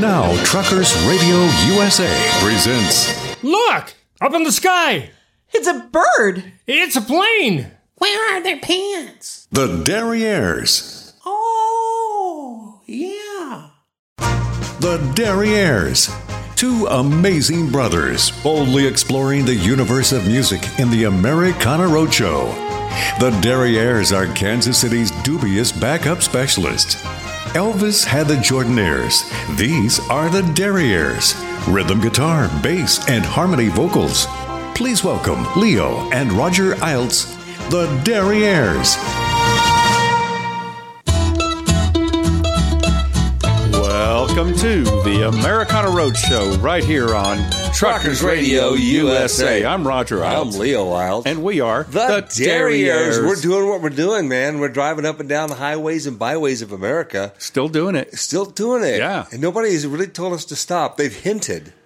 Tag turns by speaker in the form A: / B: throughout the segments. A: now, Truckers Radio USA presents.
B: Look! Up in the sky!
C: It's a bird.
B: It's a plane!
D: Where are their pants?
A: The Derriers.
D: Oh, yeah.
A: The Derriers. Two amazing brothers boldly exploring the universe of music in the Americana Roadshow. The Derriers are Kansas City's dubious backup specialists. Elvis had the Jordanaires. These are the Derriers. Rhythm guitar, bass, and harmony vocals. Please welcome Leo and Roger Iltz, the Derriers.
E: Welcome to the Americana Roadshow right here on Truckers Radio USA. I'm Roger
F: I'm
E: Iles.
F: Leo Wild.
E: And we are
F: the, Terriers.
E: Terriers.
F: We're doing what we're doing, man. We're driving up and down the highways and byways of America.
E: Still doing it.
F: Still doing it.
E: Yeah.
F: And nobody's really told us to stop. They've hinted,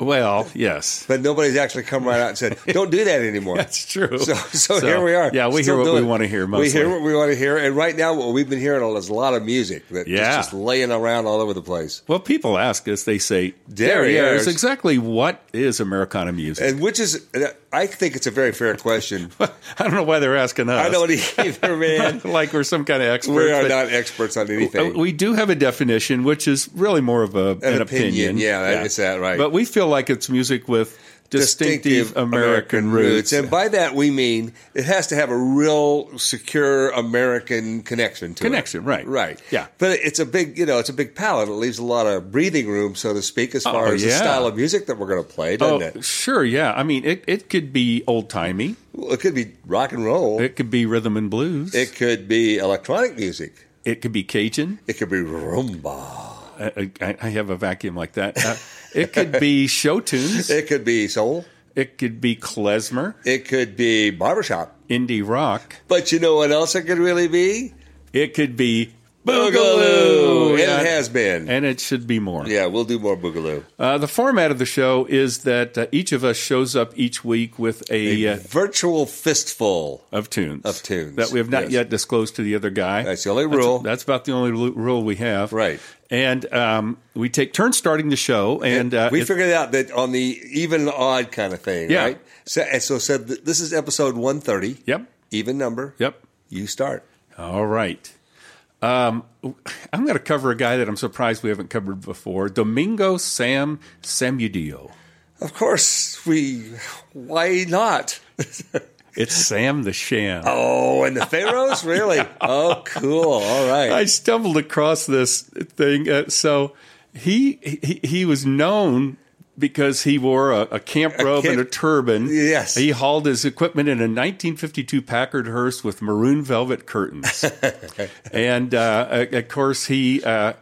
E: Well, yes.
F: but nobody's actually come right out and said, don't do that anymore.
E: That's true.
F: So, so, here we are.
E: Yeah, we
F: Still
E: hear what
F: doing
E: we
F: it.
E: want to hear mostly.
F: We hear what we want to hear. And right now, what we've been hearing all is a lot of music that's
E: Yeah.
F: just laying around all over the place.
E: well, people ask us, they say,
F: Terriers.
E: Terriers. Exactly what is Americana music?
F: And which is, I think it's a very fair question.
E: I don't know why they're asking us.
F: I don't either, man.
E: like we're some kind of expert.
F: we are not experts on anything.
E: Uh, We do have a definition, which is really more of a, an,
F: An opinion. Yeah, that- it's that, right.
E: But we feel like it's music with distinctive, American, roots.
F: And by that we mean it has to have a real secure American connection to it.
E: Connection, right.
F: Right.
E: Yeah.
F: But it's a big, you know, it's a big palette. It leaves a lot of breathing room, so to speak, as far
E: Oh,
F: as the
E: yeah.
F: style of music that we're going to play,
E: Oh,
F: doesn't it?
E: sure, yeah. I mean, it, it could be old timey.
F: Well, it could be rock and roll. It,
E: It could be rhythm and blues. It,
F: could be electronic music.
E: could be Cajun.
F: It could be rumba.
E: I, I, I have a vacuum like that. Uh, it could be show tunes. It,
F: It could be soul.
E: could be klezmer,
F: It could be barbershop.
E: indie rock.
F: But you know what else it could really be?
E: It could be
F: Boogaloo.
E: boogaloo.
F: And
E: Yeah.
F: it has been.
E: And it should be more.
F: yeah, we'll do more boogaloo.
E: Uh, the format of the show is that uh, each of us shows up each week with a, uh,
F: Virtual fistful.
E: of tunes
F: of tunes,
E: that we have not
F: yes.
E: yet disclosed to the other guy.
F: That's the only rule.
E: That's, about the only lu- rule we have.
F: Right.
E: And um, we take turns starting the show, and, uh,
F: we
E: it-
F: figured out that on the even and odd kind of thing,
E: Yeah.
F: right? So, and so said th- this is episode 130.
E: Yep.
F: Even number.
E: Yep.
F: You start.
E: All right. Um, I'm going to cover a guy that I'm surprised we haven't covered before, Domingo Sam Samudio.
F: Of course, we. Why not?
E: It's Sam the Sham.
F: Oh, and the Pharaohs, really? Oh, cool. All right.
E: I stumbled across this thing. Uh, so he, he he was known because he wore a, a camp robe
F: camp-
E: and a turban.
F: Yes.
E: he hauled his equipment in a 1952 Packard hearse with maroon velvet curtains, and uh, uh, of course he. Uh,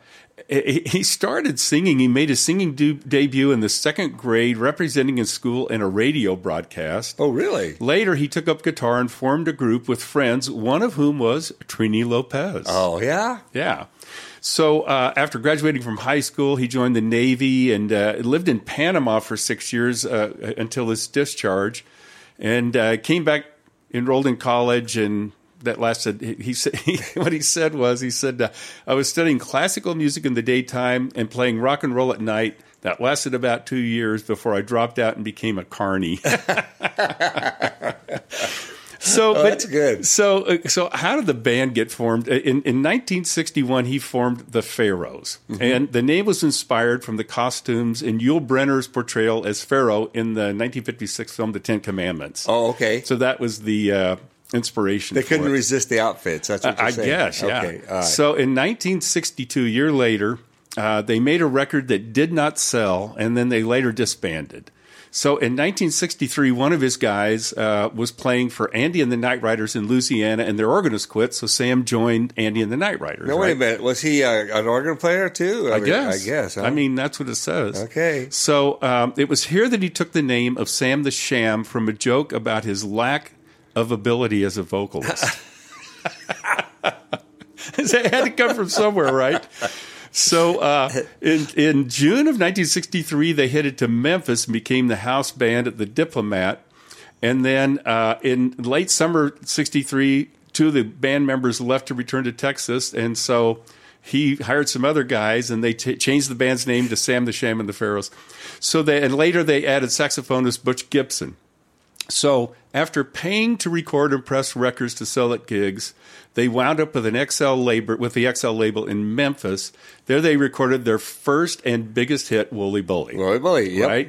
E: he he started singing. He made his singing du- debut in the second grade, representing his school in a radio broadcast.
F: oh, really?
E: Later, he took up guitar and formed a group with friends, one of whom was Trini Lopez.
F: Oh, yeah.
E: Yeah. So uh, after graduating from high school, he joined the Navy and uh, lived in Panama for six years uh, until his discharge, and uh, came back, enrolled in college, and that lasted. He, he said what he said was he said uh, I was studying classical music in the daytime and playing rock and roll at night. That lasted about two years before I dropped out and became a carny. So, but,
F: Oh, that's good.
E: So, uh, so how did the band get formed? Uh, In, in 1961, he formed the Pharaohs,
F: Mm-hmm.
E: and the name was inspired from the costumes in Yul Brenner's portrayal as Pharaoh in the 1956 film The Ten Commandments.
F: Oh, okay.
E: so that was the uh, inspiration.
F: they
E: for
F: couldn't
E: it.
F: resist the outfits. That's what you're
E: I
F: saying.
E: guess, yeah.
F: Okay. All right.
E: So in 1962, a year later, uh, they made a record that did not sell, and then they later disbanded. So in 1963, one of his guys uh, was playing for Andy and the Night Riders in Louisiana, and their organist quit. So Sam joined Andy and the Night Riders.
F: now, wait a
E: right?
F: minute. Was he uh, an organ player, too?
E: I guess.
F: I guess. huh?
E: I mean, that's what it says.
F: Okay.
E: So um, it was here that he took the name of Sam the Sham from a joke about his lack of ability as a vocalist. So it had to come from somewhere, right? So uh, in, in June of 1963, they headed to Memphis and became the house band at the Diplomat. And then uh, in late summer 63, two of the band members left to return to Texas. And so he hired some other guys and they t- changed the band's name to Sam the Sham and the Pharaohs. So they, and later they added saxophonist Butch Gibson. So after paying to record and press records to sell at gigs, they wound up with an XL label with the XL label in Memphis. There they recorded their first and biggest hit, Wooly Bully.
F: Roy Bully, yep.
E: Right.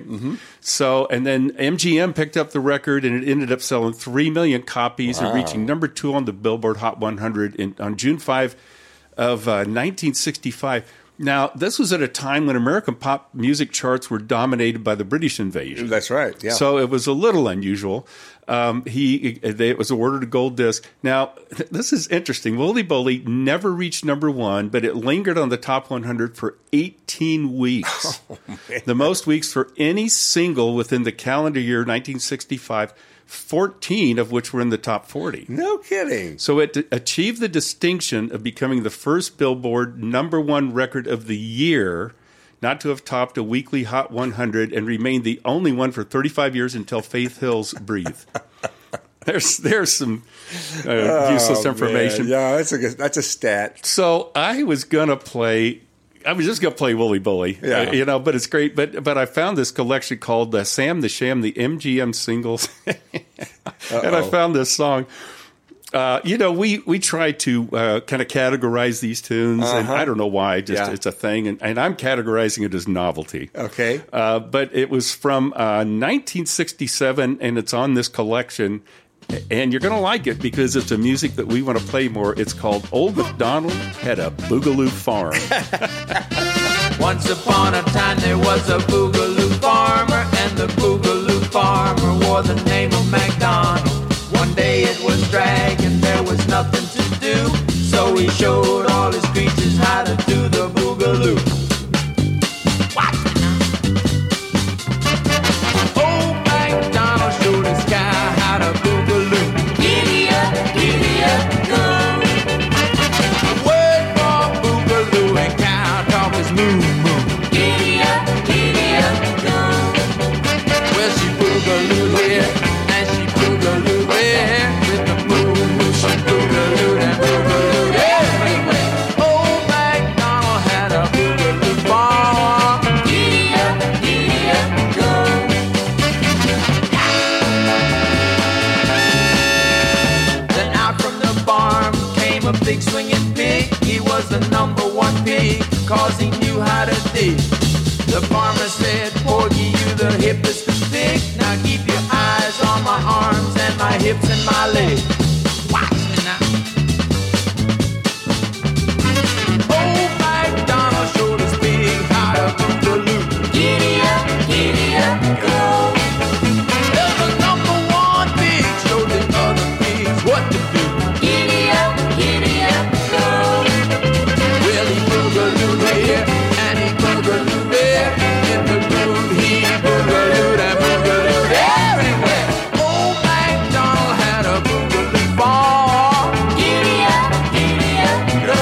E: So, and then MGM picked up the record, and it ended up selling three million copies and reaching number two on the Billboard Hot 100 in, on June 5 of uh, 1965. Now, this was at a time when American pop music charts were dominated by the British invasion.
F: That's right. Yeah.
E: So it was a little unusual. Um, he they, it was awarded a gold disc. Now th- this is interesting. Wooly Bully never reached number one, but it lingered on the top 100 for 18 weeks,
F: Oh,
E: the most weeks for any single within the calendar year 1965. 14 of which were in the top 40.
F: no kidding.
E: So it achieved the distinction of becoming the first Billboard number one record of the year, not to have topped a weekly Hot 100, and remained the only one for 35 years until Faith Hill's Breathe. There's there's some uh, useless information.
F: Yeah, that's a good- that's a stat.
E: So I was gonna play. I was just gonna play Wooly Bully,
F: Yeah.
E: Uh, you know. But it's great. But but I found this collection called uh, Sam the Sham, the MGM singles, and I found this song. Uh, you know, we we try to uh, kind of categorize these tunes, and I don't know why. Just
F: Uh-huh. Yeah.
E: it's a thing, and, and I'm categorizing it as novelty.
F: Okay.
E: Uh, but it was from uh, 1967, and it's on this collection. And you're going to like it because it's a music that we want to play more. It's called Old MacDonald Had a Boogaloo Farm.
C: Once upon a time there was a Boogaloo farmer, and the Boogaloo farmer wore the name of MacDonald. One day it was drag and there was nothing to do, so he showed all his creatures how to do the Boogaloo. Old MacDonald showed his guy how to Boogaloo. Giddy up, giddy up, come. Word for Boogaloo and cow talk is moo moo. Giddy up, giddy up, come. Well, she boogaloo here and she boogaloo there. With the moo moo, she boogalooed and boogalooed everywhere. Old MacDonald had a boogaloo bar. Giddy up, giddy up, come. Then out from the barn came a big swinging pig. He was the number one pig, cause he knew how to dig. The farmer said, Porgy, you the hippest pig. Now keep your eyes on my arms and my hips and my legs. Watch me now. Old MacDonald showed his pig how to boogaloo. Giddy up, giddy up, go. Tell the number one pig, show the other pigs what to do. Giddy up, giddy up, go. Well, he boogalooed here and he boogalooed there. In the groove, he boogalooed and boogalooed everywhere. Old MacDonald had a boogaloo ball. Giddy up, giddy up, go.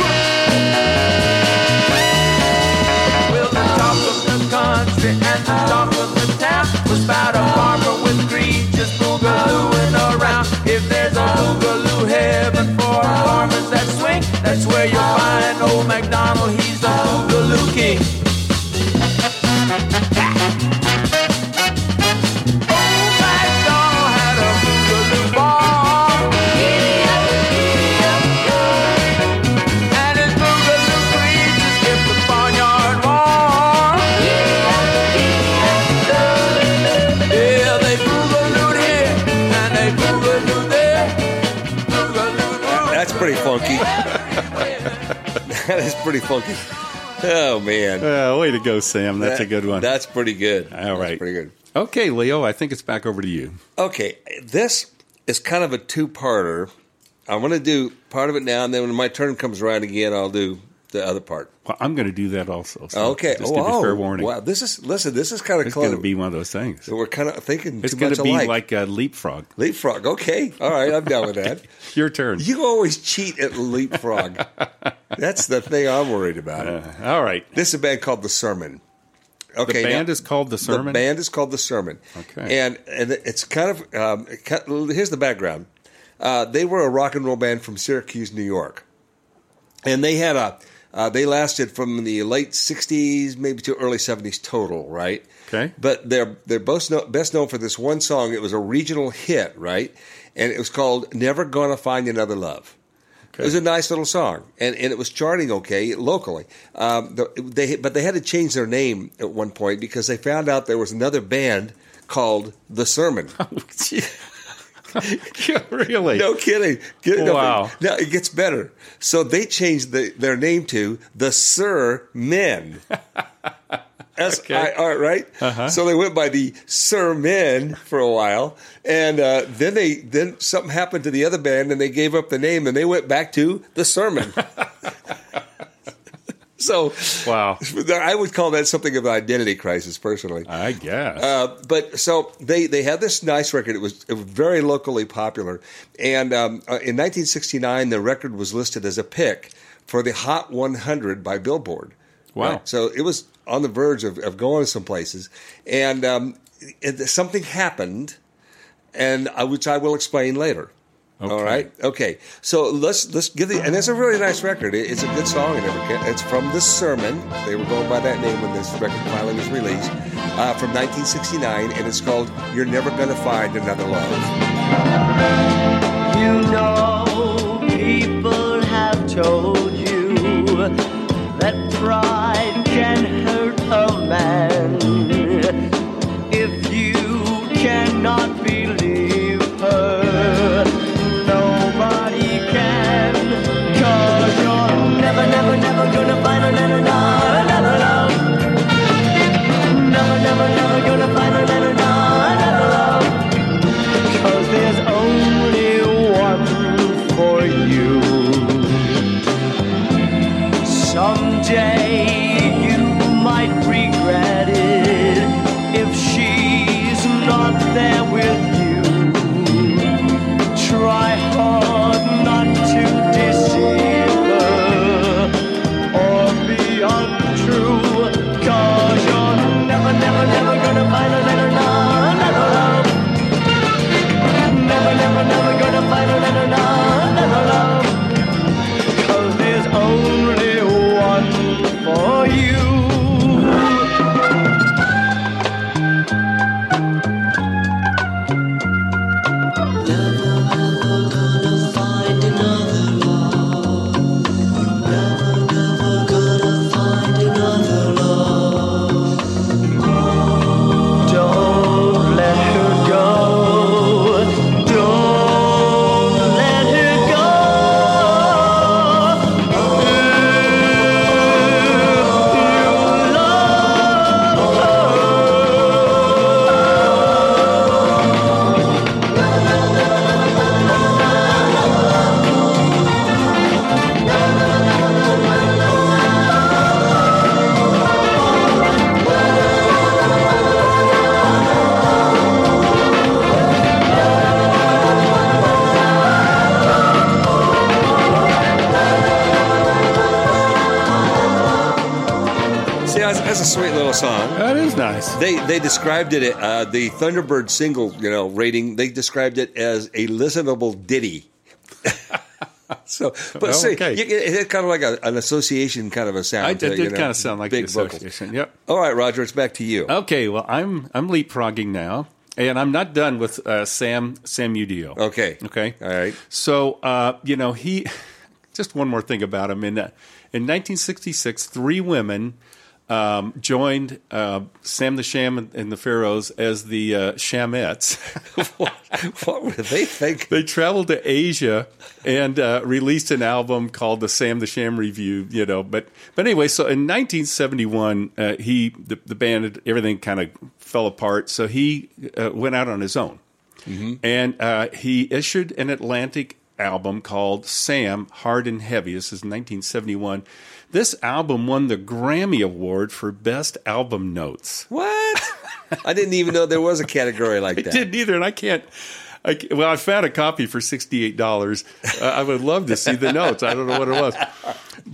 C: Well, the talk of the country and the talk of the town was about a farmer with greed just boogalooing around. If there's a boogaloo heaven for farmers that swing, that's where you'll find old MacDonald. He's the boogaloo king. Old MacDonald had a boogaloo ball. Giddy up, giddy up, go. And his boogaloo creatures hit the barnyard wall. Yeah, they boogalooed here and they boogalooed there. Boogaloo.
F: That's pretty funky. that is pretty funky. Oh man,
E: uh, way to go, Sam. That's a good one.
F: That's pretty good.
E: All
F: That's
E: right.
F: pretty good.
E: okay, Leo, I think it's back over to you.
F: Okay, this is kind of a two-parter. I'm going to do part of it now, and then when my turn comes around again, I'll do the other part.
E: Well, I'm going to do that also. So
F: Okay.
E: Just
F: oh,
E: give you fair
F: oh,
E: warning.
F: Wow. This is listen. This is kind of
E: It's
F: close.
E: going to be one of those things.
F: So we're kind of thinking
E: It's
F: too
E: going
F: much
E: to be
F: alike.
E: like a leapfrog.
F: leapfrog. Okay. All right. I'm down with that.
E: Your turn.
F: You always cheat at leapfrog. That's the thing I'm worried about.
E: All right.
F: This is a band called The Sermon.
E: The
F: Okay.
E: band
F: now-
E: is called The Sermon.
F: The band is called The Sermon.
E: Okay.
F: And, and it's kind of, um, it kind- here's the background. Uh, they were a rock and roll band from Syracuse, New York. and they had a uh, they lasted from the late '60s maybe to early '70s total, right?
E: Okay.
F: But they're they're both know, best known for this one song. It was a regional hit, right? And it was called "Never Gonna Find Another Love." It was a nice little song, and, and it was charting okay locally. Um, the, they but they had to change their name at one point because they found out there was another band called The Sermon.
E: Yeah, really?
F: No kidding. Get- no,
E: Wow.
F: No, it gets better. So they changed the, their name to the Sir Men. S I R, right? So they went by the Sir Men for a while, and uh, then they then something happened to the other band, and they gave up the name, and they went back to the Sermon. so
E: Wow.
F: I would call that something of an identity crisis, personally.
E: I guess.
F: Uh, but so they they had this nice record. It was, it was very locally popular, and um, uh, in 1969, the record was listed as a pick for the Hot 100 by Billboard.
E: Wow.
F: So it was on the verge of, of going some places, and um, it, something happened, and I, which I will explain later. All
E: Okay.
F: right. Okay. So let's let's give the and it's a really nice record. It, it's a good song and everything. It's from the Sermon. They were going by that name when this record finally was released uh, from 1969, and it's called "You're Never Gonna Find Another Love."
C: You know, people have told you that pride can hurt a man. If you cannot believe her, nobody can. Cause you're never, never, never gonna find another, love, another love. Never, never, never gonna find another, another love. Cause there's only one for you. Someday you might regret it if she's not there with you. Try hard not to deceive her or be untrue. Cause you're never, never, never gonna find another love, another love. Never, never, never gonna find another love, another love. 'Cause there's only one for you. Don't let her go. Don't let her go. If you love her.
F: See, that's, that's a sweet little song.
E: that is nice.
F: They they described it uh, the Thunderbird single you know rating. They described it as a listenable ditty. so, but
E: Well,
F: see,
E: okay.
F: you, it had kind of like a, an association kind of a sound.
E: I
F: to
E: did,
F: it,
E: did
F: you know,
E: kind of sound like
F: big
E: the
F: vocals.
E: association. Yep.
F: All right, Roger, it's back to you.
E: Okay. Well, I'm I'm leapfrogging now, and I'm not done with uh, Sam Sam Udio.
F: Okay.
E: Okay.
F: Oh. All right.
E: So uh, you know he. Just one more thing about him. In uh, in 1966, three women um, joined uh, Sam the Sham and, and the Pharaohs as the uh, Shamettes.
F: what were they thinking?
E: they traveled to Asia and uh, released an album called the Sam the Sham Review. You know, but but anyway, so in 1971, uh, he the, the band everything kind of fell apart, so he uh, went out on his own, and uh, he issued an Atlantic album called Sam Hard and Heavy. This is 1971. This album won the Grammy Award for Best Album Notes.
F: What? I didn't even know there was a category like that.
E: didn't either, and I can't. I, ca- well, I found a copy for sixty-eight dollars. Uh, I would love to see the notes. I don't know what it was,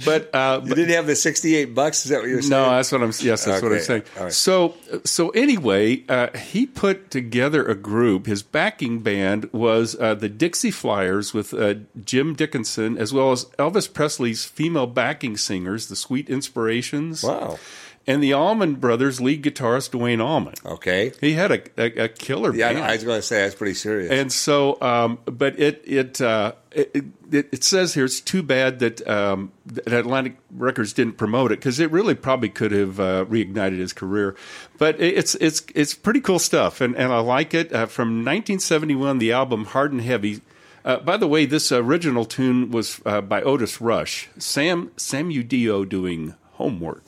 E: But uh,
F: You didn't have the sixty-eight bucks. Is that what you're saying?
E: No, that's what I'm. Yes, that's what I'm
F: Okay,
E: saying.
F: all right.
E: So, so anyway, uh, he put together a group. His backing band was uh, the Dixie Flyers with uh, Jim Dickinson, as well as Elvis Presley's female backing singers, the Sweet Inspirations,
F: Wow.
E: and the Allman Brothers lead guitarist Dwayne Allman.
F: Okay.
E: He had a, a, a killer
F: Yeah, I-
E: band.
F: I was going to say that's pretty serious.
E: And so, um, but it it, uh, it it it says here it's too bad that um, that Atlantic Records didn't promote it because it really probably could have uh, reignited his career. But it- it's it's it's pretty cool stuff, and and I like it. Uh, from 1971, the album Hard and Heavy. Uh, by the way, this original tune was uh, by Otis Rush. Sam Sam Udio doing homework.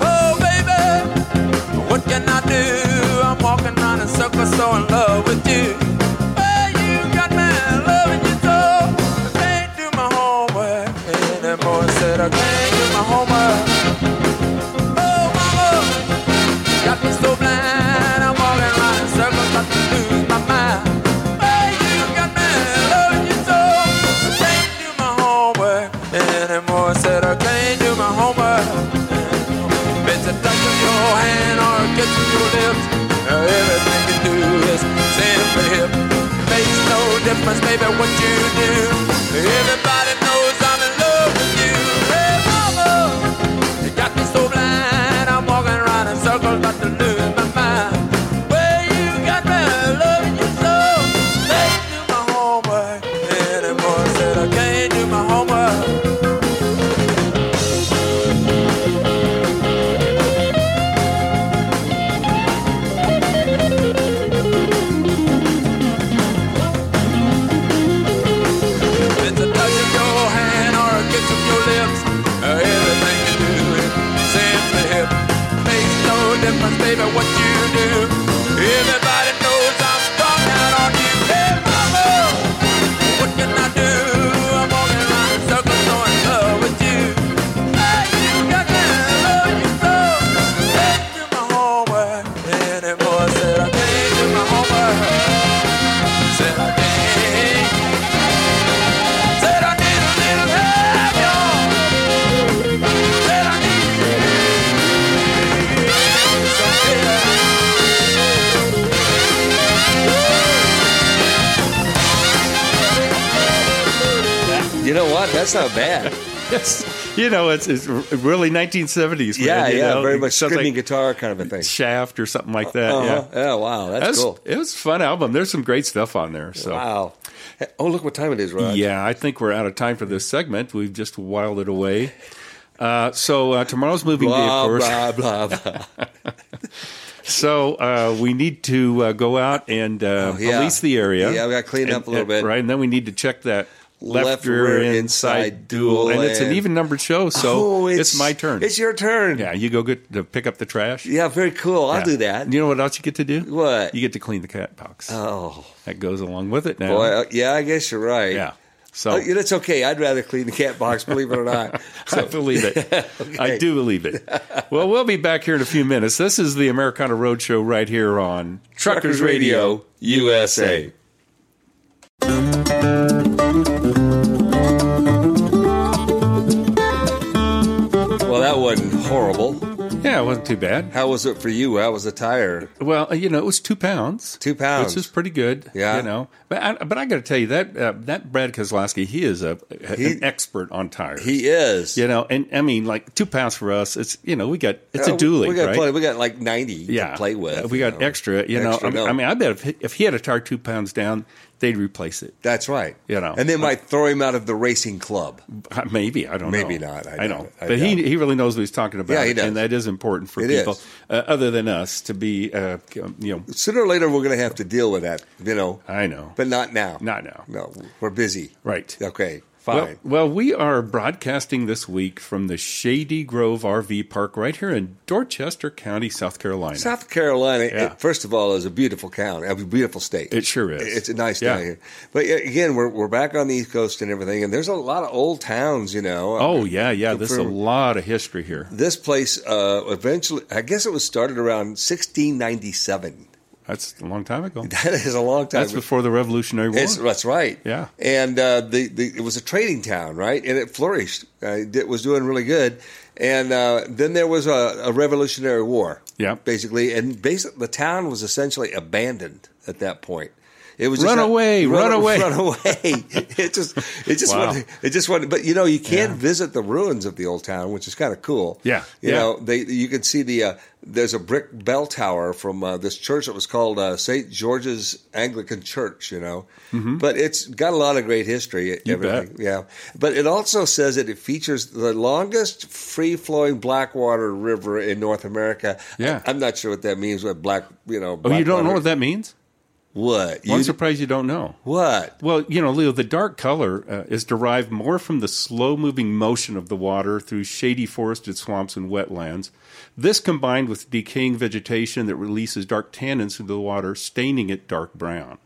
C: Oh, baby, what can I do? I'm walking on a circle, so in love with you. Oh, you got me loving you so. I can't do my homework anymore. I said I can't do my homework. Oh, mama, got me so blind. I'm walking around in circles, about to lose my mind. Oh, you got me loving you so. I can't do my homework anymore. I said I can't do my homework. It's a touch of your hand or a kiss of your lips. Now everything you do is simply hip. Makes no difference, baby, what you do. Everybody knows I'm in love with you. Hey, mama, you got me so blind. I'm walking around in circles, about to lose my mind. Well, you got me loving you so. Can't do my homework anymore. Said I can't do my homework. It's a touch of your hand or a kiss of your lips. Uh, everything you do is simply hip. Makes no difference, baby, what you do. Everybody knows I'm strung out on you. Hey, mama, what can I do? I'm walking around in circles, so in love with you. Hey, you got me loving you so. Can't do my homework anymore. Said I can't do my homework. Said I can't. Said I need a little help, y'all. Said I need some help.
F: you know what? That's not bad.
E: Yes, you know it's it's really 1970s. man,
F: yeah,
E: you
F: yeah,
E: know?
F: very much
E: Sounds
F: screaming
E: like
F: guitar kind of a thing.
E: Shaft or something like that.
F: Uh-huh.
E: Yeah.
F: Yeah, wow, that's,
E: That's-
F: cool.
E: It was a fun album. There's some great stuff on there. So
F: Wow. Oh, look what time it is, Rod.
E: yeah, I think we're out of time for this segment. We've just wiled it away. Uh, so uh, tomorrow's moving day, of
F: Blah,
E: course.
F: blah, blah, blah.
E: So uh, we need to uh, go out and uh,
F: Oh, yeah.
E: police the area.
F: Yeah, we gotta clean it
E: And-
F: up a little
E: and-
F: bit.
E: right? And then we need to check that left,
F: Left
E: rear,
F: rear
E: inside,
F: inside
E: duel, and,
F: duel
E: it's an
F: and-
E: even numbered show. So
F: Oh,
E: it's, my turn.
F: It's your turn.
E: yeah, you go get to pick up the trash.
F: Yeah, very cool. I'll
E: Yeah.
F: do that.
E: You know what else you get to do?
F: What?
E: You get to clean the cat box.
F: Oh,
E: that goes along with it now.
F: boy. uh, Yeah, I guess you're right.
E: yeah. So
F: Oh, yeah, that's okay. I'd rather clean the cat box, believe it or not.
E: I believe it. I do believe it. Well, we'll be back here in a few minutes. This is the Americana Roadshow right here on Truckers Radio.
F: USA. Well, that wasn't horrible.
E: Yeah, it wasn't too bad.
F: How was it for you? How was the tire?
E: Well, uh, you know, it was two pounds.
F: Two pounds.
E: which is pretty good.
F: Yeah.
E: you know, but I, but I got to tell you that uh, that Brad Kozlowski, he is a, a- an expert on tires.
F: He is.
E: you know, and I mean, like two pounds for us, it's you know, we got it's
F: Uh,
E: a dually,
F: We got
E: right?
F: plenty. We got like ninety
E: yeah,
F: to play with.
E: Uh, We
F: you
E: got
F: know.
E: extra. You know,
F: Extra
E: I mean,
F: milk.
E: I mean, I bet if he, if he had a tire two pounds down, they'd replace it.
F: that's right.
E: You know.
F: and they might throw him out of the racing club.
E: Uh, Maybe I don't.
F: Maybe
E: know.
F: not. I
E: I,
F: doubt
E: know,
F: it. I
E: but
F: doubt it.
E: he he really knows what he's talking about.
F: Yeah, he does.
E: and that is important for
F: It
E: people
F: is.
E: uh, other than us to be, uh, you know,
F: Sooner or later, we're going to have to deal with that. You know,
E: I know,
F: but not now.
E: Not now.
F: No, we're busy.
E: right.
F: Okay.
E: Well,
F: Fine.
E: well, we are broadcasting this week from the Shady Grove RV Park right here in Dorchester County, South Carolina.
F: South Carolina,
E: Yeah.
F: it- first of all, is a beautiful county, a beautiful state.
E: It sure is.
F: It's a nice
E: Yeah.
F: town here. But yeah, again, we're, we're back on the East Coast and everything, and there's a lot of old towns, you know.
E: oh, yeah, yeah. There's a
F: For-
E: lot of history here.
F: This place uh, eventually, I guess it was started around 1697.
E: That's a long time ago.
F: That is a long time.
E: That's before the Revolutionary War.
F: It's- that's right.
E: Yeah.
F: And uh, the, the it was a trading town, right? And it flourished. Uh, it was doing really good. And uh, then there was a, a Revolutionary War.
E: Yeah.
F: Basically, and basically the town was essentially abandoned at that point. It was
E: Run
F: just a-
E: away, run away.
F: run away. it just, it just,
E: Wow.
F: wanted, it just wanted. But you know, you can visit the ruins of the old town, which is kind of cool.
E: Yeah,
F: you
E: yeah.
F: know, they you can see the uh, there's a brick bell tower from uh, this church that was called uh, St George's Anglican Church. You know, but it's got a lot of great history.
E: Mm-hmm.
F: e-,
E: You
F: everything.
E: bet.
F: Yeah, but it also says that it features the longest free flowing Blackwater River in North America.
E: Yeah.
F: I, am not sure what that means. What black, you know?
E: oh, you don't know
F: Blackwater-
E: what that means?
F: What?
E: Well, I'm
F: You-
E: surprised you don't know.
F: what?
E: Well, you know, Leo, the dark color uh, is derived more from the slow moving motion of the water through shady forested swamps and wetlands. This combined with decaying vegetation that releases dark tannins into the water, staining it dark brown.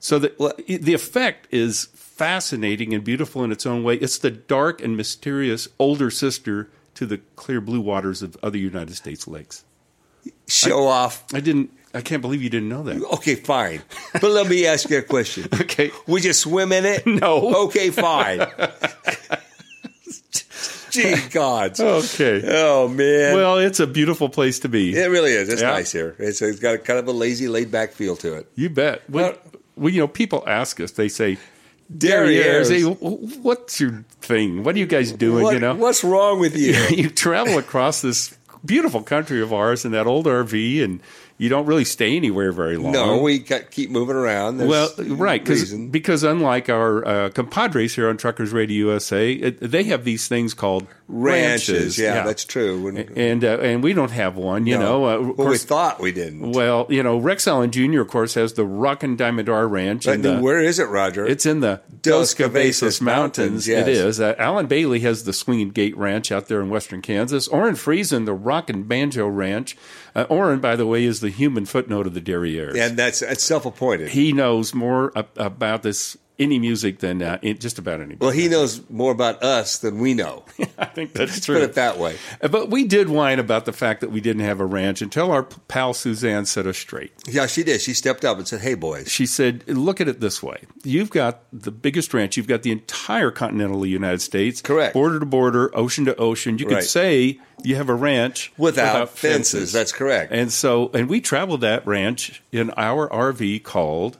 E: So the, it- the effect is fascinating and beautiful in its own way. It's the dark and mysterious older sister to the clear blue waters of other United States lakes.
F: Show off.
E: I didn't, I can't believe you didn't know that.
F: Okay, fine. But let me ask you a question.
E: Okay.
F: Would you swim in it?
E: No.
F: Okay, fine. Gee, God.
E: Okay.
F: Oh, man.
E: Well, it's a beautiful place to be.
F: it really is. It's
E: Yeah.
F: nice here. It's, it's got a kind of a lazy, laid back feel to it.
E: You bet. Well,
F: Now-
E: well, you know, people ask us. They say,
F: Derrieres.
E: "Derrieres, hey, wh- wh- what's your thing? What are you guys doing?"
F: What-
E: you know,
F: What's wrong with you?
E: you travel across this beautiful country of ours in that old RV, and you don't really stay anywhere very long.
F: no, we got, keep moving around. There's
E: well, right, because
F: reason.
E: because unlike our uh, compadres here on Truckers Radio USA, it, they have these things called ranches.
F: ranches. Yeah, that's true. When,
E: And uh, and we don't have one. You
F: no.
E: know, uh, of
F: well, we
E: course-
F: thought we didn't.
E: well, you know, Rex Allen Jr. of course has the Rockin' Diamondar Ranch.
F: But
E: and the-
F: where is it, Roger?
E: It's in the
F: Dos
E: Dos
F: Cabezas
E: Cabezas
F: Mountains,
E: Mountains.
F: yes.
E: It is. Uh, Alan Bailey has the Swinging Gate Ranch out there in western Kansas. Orrin Friesen, the Rock and Banjo Ranch. Uh, Orrin, by the way, is the human footnote of the Derriere.
F: and that's, that's self appointed.
E: He knows more ab- about this any music than uh, in- just about anybody.
F: Well, he knows more about us than we know.
E: I think that's
F: Put
E: true.
F: it that way.
E: But we did whine about the fact that we didn't have a ranch until our p- pal Suzanne set us straight.
F: Yeah, she did. She stepped up and said, "Hey, boys,
E: she said, look at it this way. You've got the biggest ranch. You've got the entire continental United States.
F: Correct.
E: Border to border, ocean to ocean. You could
F: Right.
E: say you have a ranch
F: Without fences. That's correct.
E: And so, and we traveled that ranch in our RV called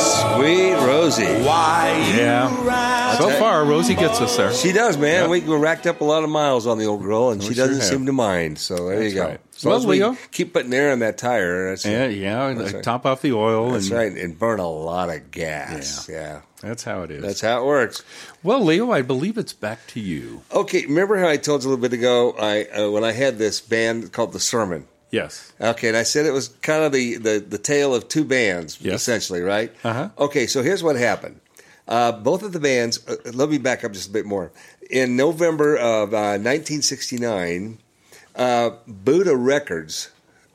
F: sweet Rosie."
E: Yeah. So far, Rosie gets us there.
F: She does, man. We, we racked up a lot of miles on the old girl, and she
E: Oh, sure
F: doesn't
E: have.
F: seem to mind. So there
E: That's
F: you go.
E: right.
F: As long as
E: Well,
F: we
E: Leo-
F: keep putting air in that tire. That's,
E: yeah, yeah. and,
F: That's
E: uh,
F: right.
E: Top off the oil.
F: that's
E: and
F: right, and burn a lot of gas. Yeah.
E: That's how it is.
F: that's how it works.
E: well, Leo, I believe it's back to you.
F: Okay, remember how I told you a little bit ago? I uh, when I had this band called the Sermon.
E: Yes.
F: Okay, and I said it was kind of the the, the tale of two bands,
E: Yes.
F: essentially, right?
E: Uh-huh.
F: Okay, so here's what happened. Uh, both of the bands. Uh, let me back up just a bit more. In November of uh, 1969, uh, Buddha Records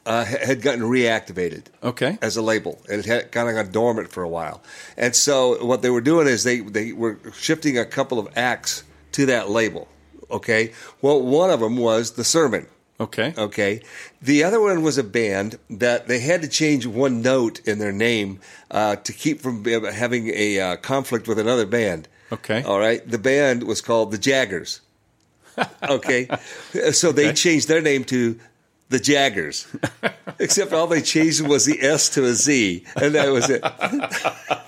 F: uh, ha- had gotten reactivated
E: Okay.
F: as a label, and it had kind of gone dormant for a while. And so what they were doing is they they were shifting a couple of acts to that label. Okay, well, one of them was the Sermon.
E: Okay.
F: Okay. The other one was a band that they had to change one note in their name uh, to keep from be- having a uh, conflict with another band.
E: Okay.
F: All right. The band was called the Jaggers. Okay. so they changed their name to the Jaggers, except all they changed was the S to a Z, and that was it.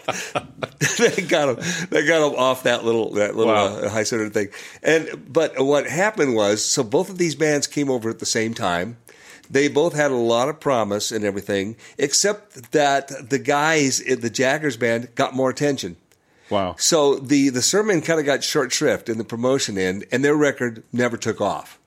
F: they got them. They got 'em off that little that little
E: Wow.
F: uh, high center thing. And but what happened was, so both of these bands came over at the same time. They both had a lot of promise and everything, except that the guys in the Jaggers band got more attention.
E: Wow.
F: So the the sermon kind of got short shrift in the promotion end, and their record never took off.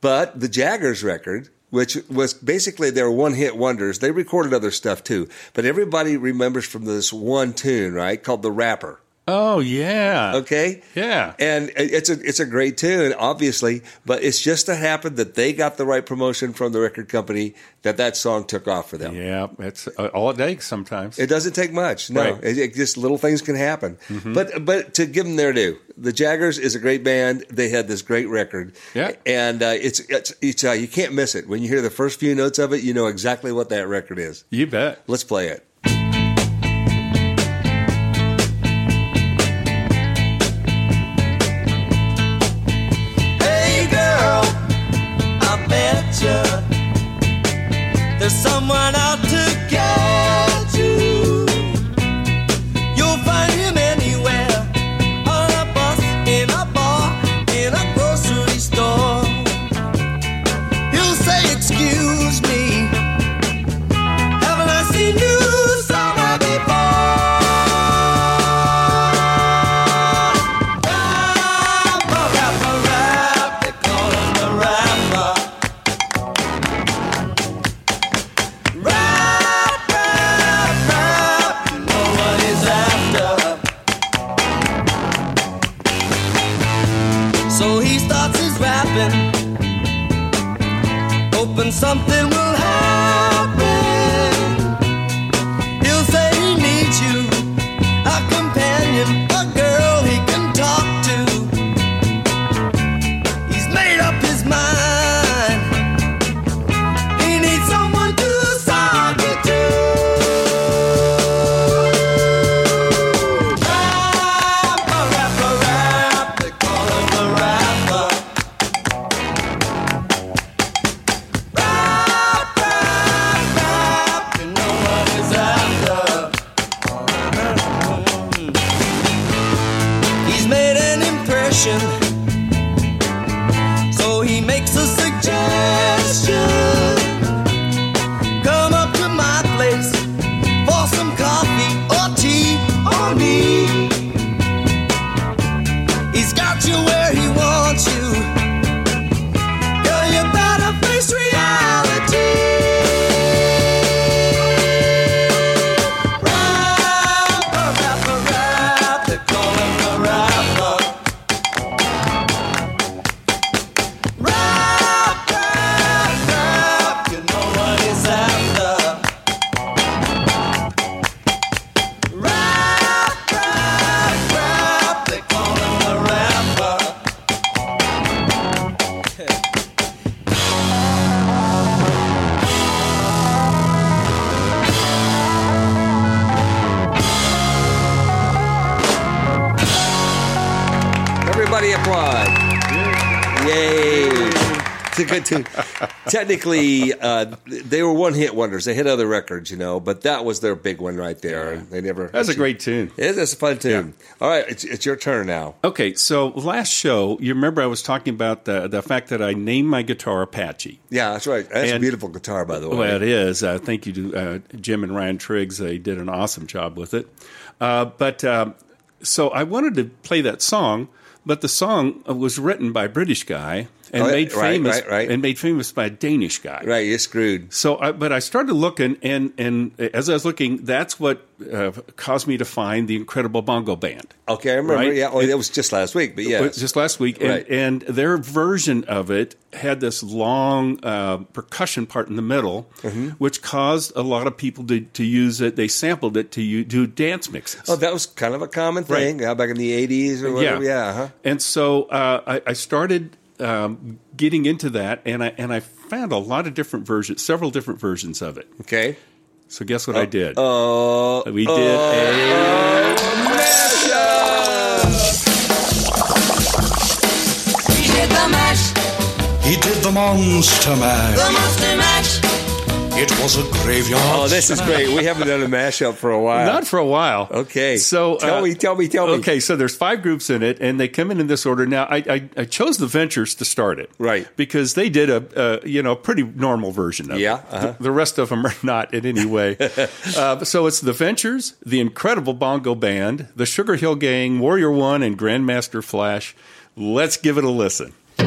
F: But the Jaggers record, which was basically their one hit wonders, they recorded other stuff too. But everybody remembers from this one tune, right? Called The Rapper.
E: Oh yeah.
F: Okay.
E: Yeah.
F: And it- it's a it's a great tune, obviously, but it's just to happen that they got the right promotion from the record company that that song took off for them.
E: Yeah, that's uh, all it takes sometimes.
F: It doesn't take much. No,
E: Right. Mm-hmm.
F: it, it just little things can happen. But but to give them their due, the Jaggers is a great band. They had this great record.
E: Yeah.
F: And uh, it's it's, it's uh, you can't miss it. When you hear the first few notes of it, you know exactly what that record is.
E: you bet.
F: Let's play it.
C: Hey girl, I bet you there's someone out to get you. You'll find him anywhere on a bus, in a bar, in a grocery store. He'll say, Excuse me, haven't I seen you somewhere before? Rapper, rapper, rap, they call him the rapper. Rap, rap, rap, you know what he's after. So he starts his rapping, hoping something will happen. He'll say he needs you a companion, a girl he can talk to. He's made up his mind. He needs someone to talk to. Rapper, rapper, rap. They call him the rapper. Rap, rap, rap. You know what he's after. He's made an impression. So he makes a suggestion. Come up to my place for some coffee or tea or me. He's got you where he wants you. Girl, you better face reality. Rapper, rapper, rap, they call him the rapper. Rap, rap, rap, you know what he's after. Rap, rap, rap, they call him the rapper.
F: Everybody applaud. Yay. It's a good tune. Technically, uh, they were one hit wonders. They hit other records, you know, but that was their big one right there. They never.
E: That's a great tune.
F: Yeah, that's a fun tune. All right, it's, it's your turn now.
E: Okay, so last show, you remember I was talking about the the fact that I named my guitar Apache.
F: Yeah, that's right. That's a
E: And-
F: beautiful guitar, by the way.
E: Well, it is. Uh, thank you to uh, Jim and Ryan Triggs. They did an awesome job with it. Uh, but um so I wanted to play that song, but the song was written by a British guy and
F: Oh, yeah,
E: made
F: right,
E: famous
F: right, right.
E: and made famous by a Danish guy.
F: right, you're screwed.
E: So, I, but I started looking, and and as I was looking, that's what uh, caused me to find the Incredible Bongo Band.
F: Okay, I remember.
E: Right?
F: Yeah, well, it was just last week, but yeah.
E: But just last week, and,
F: Right.
E: and their version of it had this long uh, percussion part in the middle,
F: Mm-hmm.
E: which caused a lot of people to, to use it. They sampled it to you, do dance mixes.
F: Oh, that was kind of a common thing uh, back in the 80s or whatever. Yeah. uh-huh.
E: And so uh, I, I started um, getting into that, and I and I found a lot of different versions, several different versions of it.
F: Okay.
E: So guess
F: Uh,
E: what I did? Oh, we did a.
C: He did the mash,
G: He did the monster mash.
C: the monster mash.
G: It was a graveyard.
F: Oh, this is great. We haven't done a mashup for a while.
E: Not for a while.
F: Okay.
E: So uh,
F: Tell me, tell me, tell me.
E: Okay, so there's five groups in it, and they come in in this order. Now, I I, I chose the Ventures to start it,
F: Right.
E: Because they did a, a you know pretty normal version of
F: Yeah,
E: it.
F: uh-huh.
E: The, the rest of them are not in any way. uh, so it's the Ventures, the Incredible Bongo Band, the Sugar Hill Gang, Warrior One, and Grandmaster Flash. Let's give it a listen.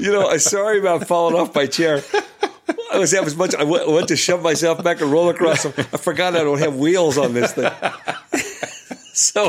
F: you know, I'm sorry about falling off my chair. I was that was much. I went, went to shove myself back and roll across. I forgot I don't have wheels on this thing. so,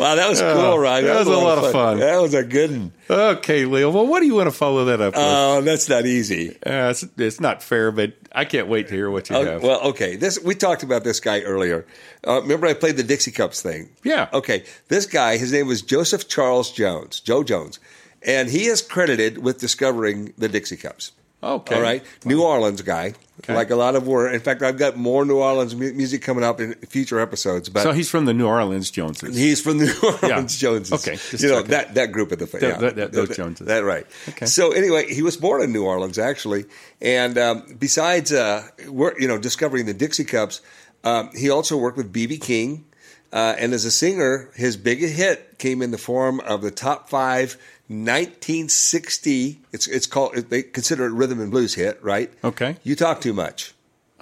F: wow, that was cool, Ryan.
E: Ah, that was a lot of fun.
F: That was a good one.
E: Okay, Leo. Well, what do you want to follow that up with?
F: Oh, that's not easy.
E: Uh, it's, it's not fair, but I can't wait to hear what you
F: Oh,
E: have.
F: Well, okay. This we talked about this guy earlier. Uh, remember, I played the Dixie Cups thing.
E: Yeah.
F: Okay. This guy, his name was Joseph Charles Jones, Joe Jones, and he is credited with discovering the Dixie Cups.
E: okay.
F: All right, New Orleans guy, like a lot of were. In fact, I've got more New Orleans mu- music coming up in future episodes. But
E: So he's from the New Orleans Joneses.
F: He's from the New Orleans Joneses.
E: Okay, just
F: you know
E: checking.
F: that, that group of the yeah,
E: that- that- those Joneses.
F: That right.
E: Okay.
F: So anyway, he was born in New Orleans actually, and um, besides, uh, work, you know, discovering the Dixie Cups, um, he also worked with BB King, uh, and as a singer, his big hit came in the form of the top five. 1960. It's it's called. They consider it rhythm and blues hit, right?
E: Okay.
F: You talk too much.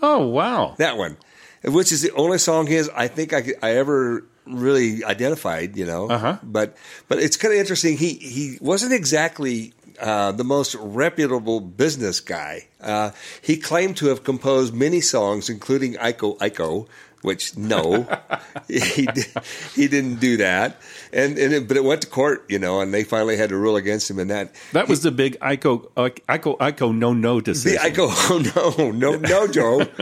E: oh wow.
F: That one, which is the only song his I think I, could- I ever really identified. You know,
E: Uh-huh.
F: but but it's kind of interesting. He he wasn't exactly. Uh, the most reputable business guy. Uh, he claimed to have composed many songs, including Ico Ico, which no, he did, he didn't do that. And and it, but it went to court, you know, and they finally had to rule against him in that.
E: That was the big Ico Ico Ico no no
F: The
E: decision.
F: Ico, oh no, no, no, Joe,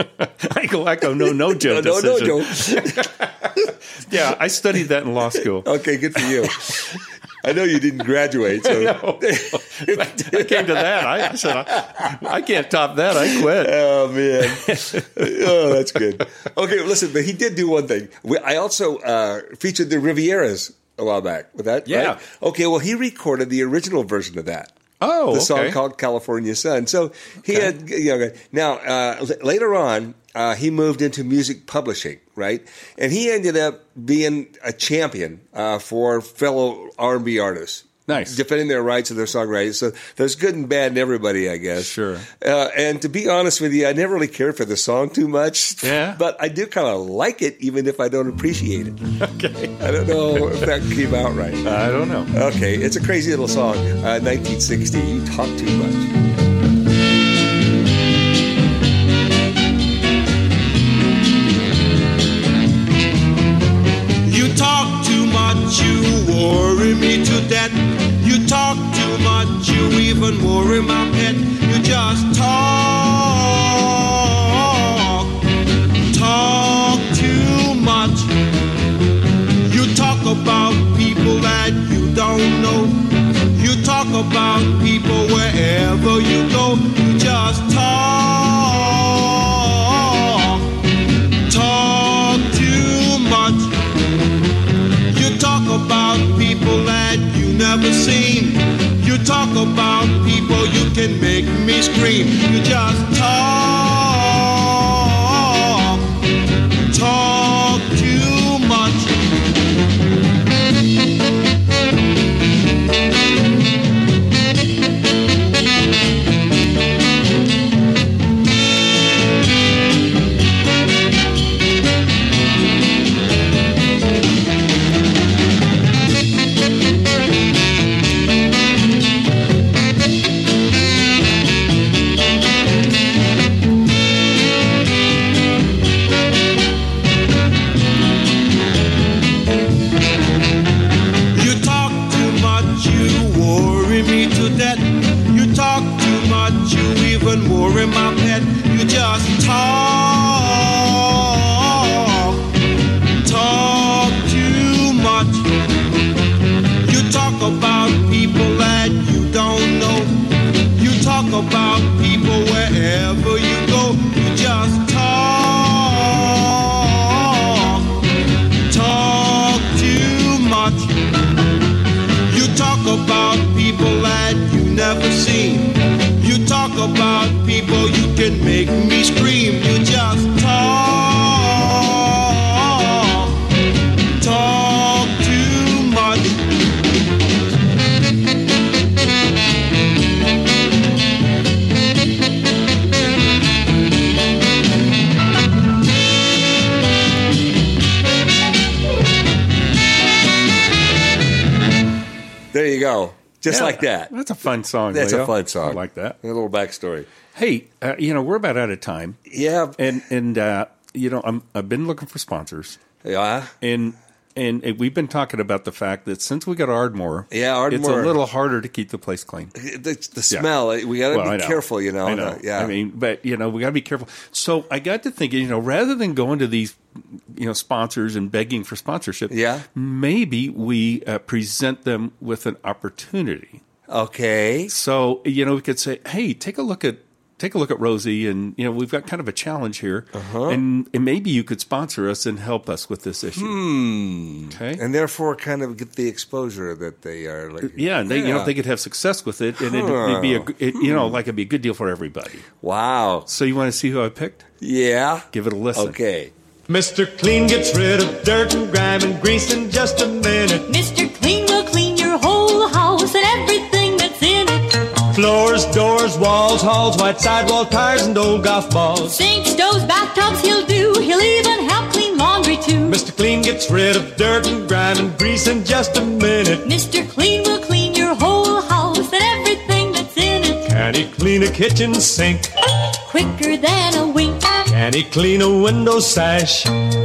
E: Ico Ico no no Joe
F: no, no, no,
E: decision.
F: Joe.
E: Yeah, I studied that in law school.
F: Okay, good for you. I know you didn't graduate, so
E: I came to that. I, I said I, I can't top that. I quit.
F: oh man, oh that's good. Okay, well, listen, but he did do one thing. We, I also uh, featured the Rivieras a while back with that.
E: Yeah.
F: right? Okay, well, he recorded the original version of that.
E: Oh,
F: the song
E: okay.
F: called "California Sun." So he had you know, now uh, l- later on uh, he moved into music publishing, right? And he ended up being a champion uh, for fellow R and B artists.
E: Nice.
F: defending their rights of their songwriting. So there's good and bad in everybody, I guess.
E: Sure.
F: Uh, and to be honest with you, I never really cared for the song too much.
E: Yeah.
F: But I do kind of like it, even if I don't appreciate it. Okay. I don't know if that came out right.
E: I don't know.
F: Okay, it's a crazy little song. Uh, 1960, you talk too much.
H: You talk too much, you worry me to death. You talk too much, you even worry my pet. You just talk, talk too much. You talk about people that you don't know. You talk about people wherever you go. You just talk, talk too much. You talk about people that you never seen. You talk about people you can make me scream. You just talk, talk too much. You talk too much, you worry me to death. You talk too much, you even worry my pet. You just talk, talk too much. You talk about people that you don't know. You talk about people wherever you go. You just talk, talk too much. You talk about people that you never seen. You talk about people you can make me scream. You just talk, talk too much.
F: There you go. Just
E: Yeah,
F: like that.
E: That's a fun song.
F: That's
E: Leo.
F: a fun song.
E: I like that.
F: A little backstory.
E: Hey, uh, you know we're about out of time,
F: Yeah.
E: and and uh, you know I'm, I've been looking for sponsors,
F: yeah.
E: and and uh, we've been talking about the fact that since we got Ardmore,
F: Yeah,
E: it's a
F: Ardmore.
E: little harder to keep the place clean.
F: The, the
E: Yeah.
F: smell. uh, We got to
E: Well, I
F: be
E: know.
F: careful, you know. uh,
E: I know.
F: Yeah.
E: I mean, but you know, we got to be careful. So I got to thinking, you know, rather than going to these, you know, sponsors and begging for sponsorship,
F: Yeah.
E: maybe we uh, present them with an opportunity.
F: okay.
E: So you know, we could say, hey, take a look at. Take a look at Rosie, and you know we've got kind of a challenge here,
F: Uh-huh.
E: and, and maybe you could sponsor us and help us with this issue. Okay,
F: Hmm. And therefore, kind of get the exposure that they are. Like,
E: Uh, yeah, and they, you know if they could have success with it, and it'd, it'd be a, g- it, you know like it'd be a good deal for everybody.
F: Wow.
E: So you want to see who I picked?
F: Yeah.
E: Give it a listen.
F: Okay.
I: Mr. Clean gets rid of dirt and grime and grease in just a minute.
J: Mr. Clean will clean your whole house and everything that's in it.
I: Floors, doors, walls, halls, white sidewall tires, and old golf balls.
J: Sinks, stoves, bathtubs, he'll do. He'll even help clean laundry too.
I: Mr. Clean gets rid of dirt and grime and grease in just a minute.
J: Mr. Clean will clean your whole house and everything that's in it.
I: Can he clean a kitchen sink?
J: Quicker than a wink,
I: Can he clean a window sash?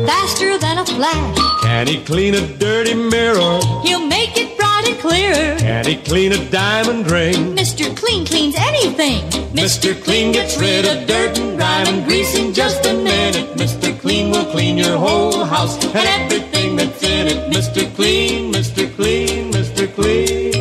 J: faster than a flash.
I: Can he clean a dirty mirror?
J: He'll make it bright and clearer.
I: Can he clean a diamond ring?
J: Mr. Clean cleans anything. Mr. Clean gets rid of dirt and grime and grease in just a minute. Mr. Clean will clean your whole house and everything that's in it. Mr. Clean, Mr. Clean, Mr. Clean.